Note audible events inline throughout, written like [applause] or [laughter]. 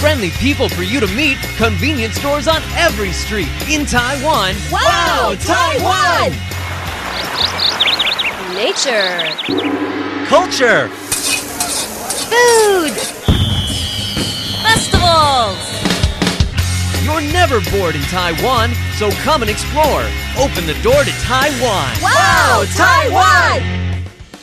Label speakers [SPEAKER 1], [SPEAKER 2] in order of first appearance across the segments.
[SPEAKER 1] friendly people for you to meet, convenience stores on every street in Taiwan.
[SPEAKER 2] Wow, Taiwan! Nature,
[SPEAKER 1] Culture,
[SPEAKER 2] food, festivals.
[SPEAKER 1] you're never bored in Taiwan, so come and explore. Open the door to Taiwan.
[SPEAKER 2] Wow, Taiwan!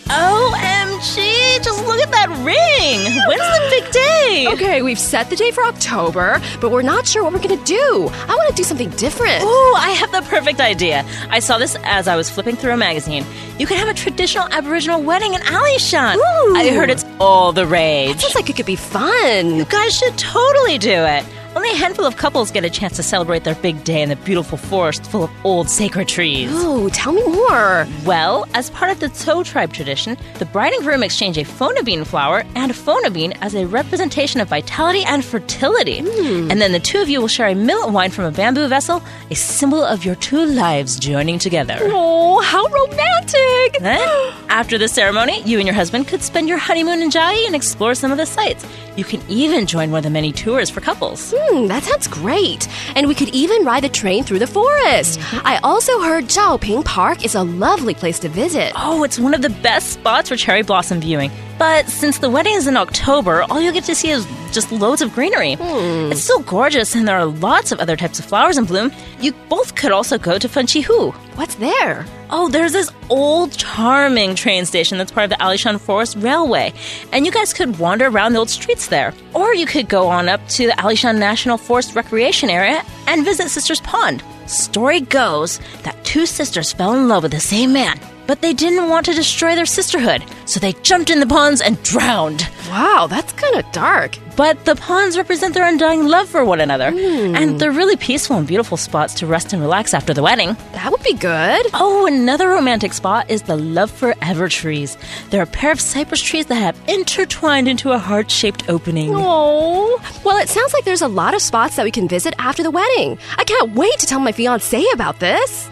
[SPEAKER 2] OMG, just look at that ring. When's the big day?
[SPEAKER 3] Okay, we've set the day for October, but we're not sure what we're gonna do. I wanna do something different.
[SPEAKER 2] Ooh, I have the perfect idea. I saw this as I was flipping through a magazine. You could have a traditional Aboriginal wedding in Alishan.
[SPEAKER 3] Ooh.
[SPEAKER 2] I heard it's all the rage.
[SPEAKER 3] Sounds like it could be fun.
[SPEAKER 2] You guys should totally do it. Only a handful of couples get a chance to celebrate their big day in the beautiful forest full of old sacred trees.
[SPEAKER 3] Oh, tell me more.
[SPEAKER 2] Well, as part of the Tso tribe tradition, the bride and groom exchange a phonabine flower and a phonabine as a representation of vitality and fertility. And then the two of you will share a millet wine from a bamboo vessel, a symbol of your two lives joining together.
[SPEAKER 3] Oh, how romantic!
[SPEAKER 2] Then, after the ceremony, you and your husband could spend your honeymoon in Jai and explore some of the sites. You can even join one of the many tours for couples.
[SPEAKER 3] [gasps] Hmm, that sounds great. And we could even ride the train through the forest. I also heard Zhaoping Park is a lovely place to visit.
[SPEAKER 2] Oh, it's one of the best spots for cherry blossom viewing. But since the wedding is in October, all you'll get to see is just loads of greenery. It's still gorgeous, and there are lots of other types of flowers in bloom. You both could also go to Fenchihu.
[SPEAKER 3] What's there?
[SPEAKER 2] Oh, there's this old, charming train station that's part of the Alishan Forest Railway, and you guys could wander around the old streets there. Or you could go on up to the Alishan National Forest Recreation Area and visit Sisters Pond. Story goes that two sisters fell in love with the same man, but they didn't want to destroy their sisterhood, so they jumped in the ponds and drowned.
[SPEAKER 3] Wow, that's kinda dark.
[SPEAKER 2] But the ponds represent their undying love for one another, and they're really peaceful and beautiful spots to rest and relax after the wedding.
[SPEAKER 3] That would be good.
[SPEAKER 2] Oh, another romantic spot is the Love Forever trees. They're a pair of cypress trees that have intertwined into a heart shaped opening.
[SPEAKER 3] Oh. Well, it sounds like there's a lot of spots that we can visit after the wedding. I can't wait to tell my fiance about this.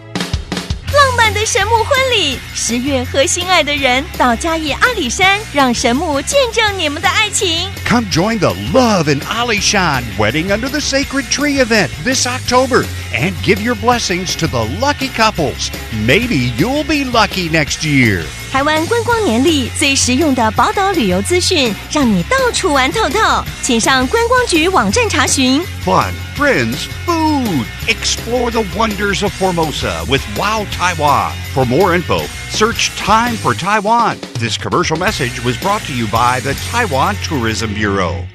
[SPEAKER 4] 浪漫的神木婚礼，十月和心爱的人到嘉义阿里山，让神木见证你们的爱情。
[SPEAKER 5] Come join the Love in Alishan Wedding Under the Sacred Tree event this October and give your blessings to the lucky couples. Maybe you'll be lucky next year.
[SPEAKER 4] 台湾观光年历最实用的宝岛旅游资讯，让你到处玩透透。请上观光局网站查询。
[SPEAKER 5] Fun, friends, food. Explore the wonders of Formosa with Wow Taiwan. For more info, search Time for Taiwan. This commercial message was brought to you by the Taiwan Tourism Bureau.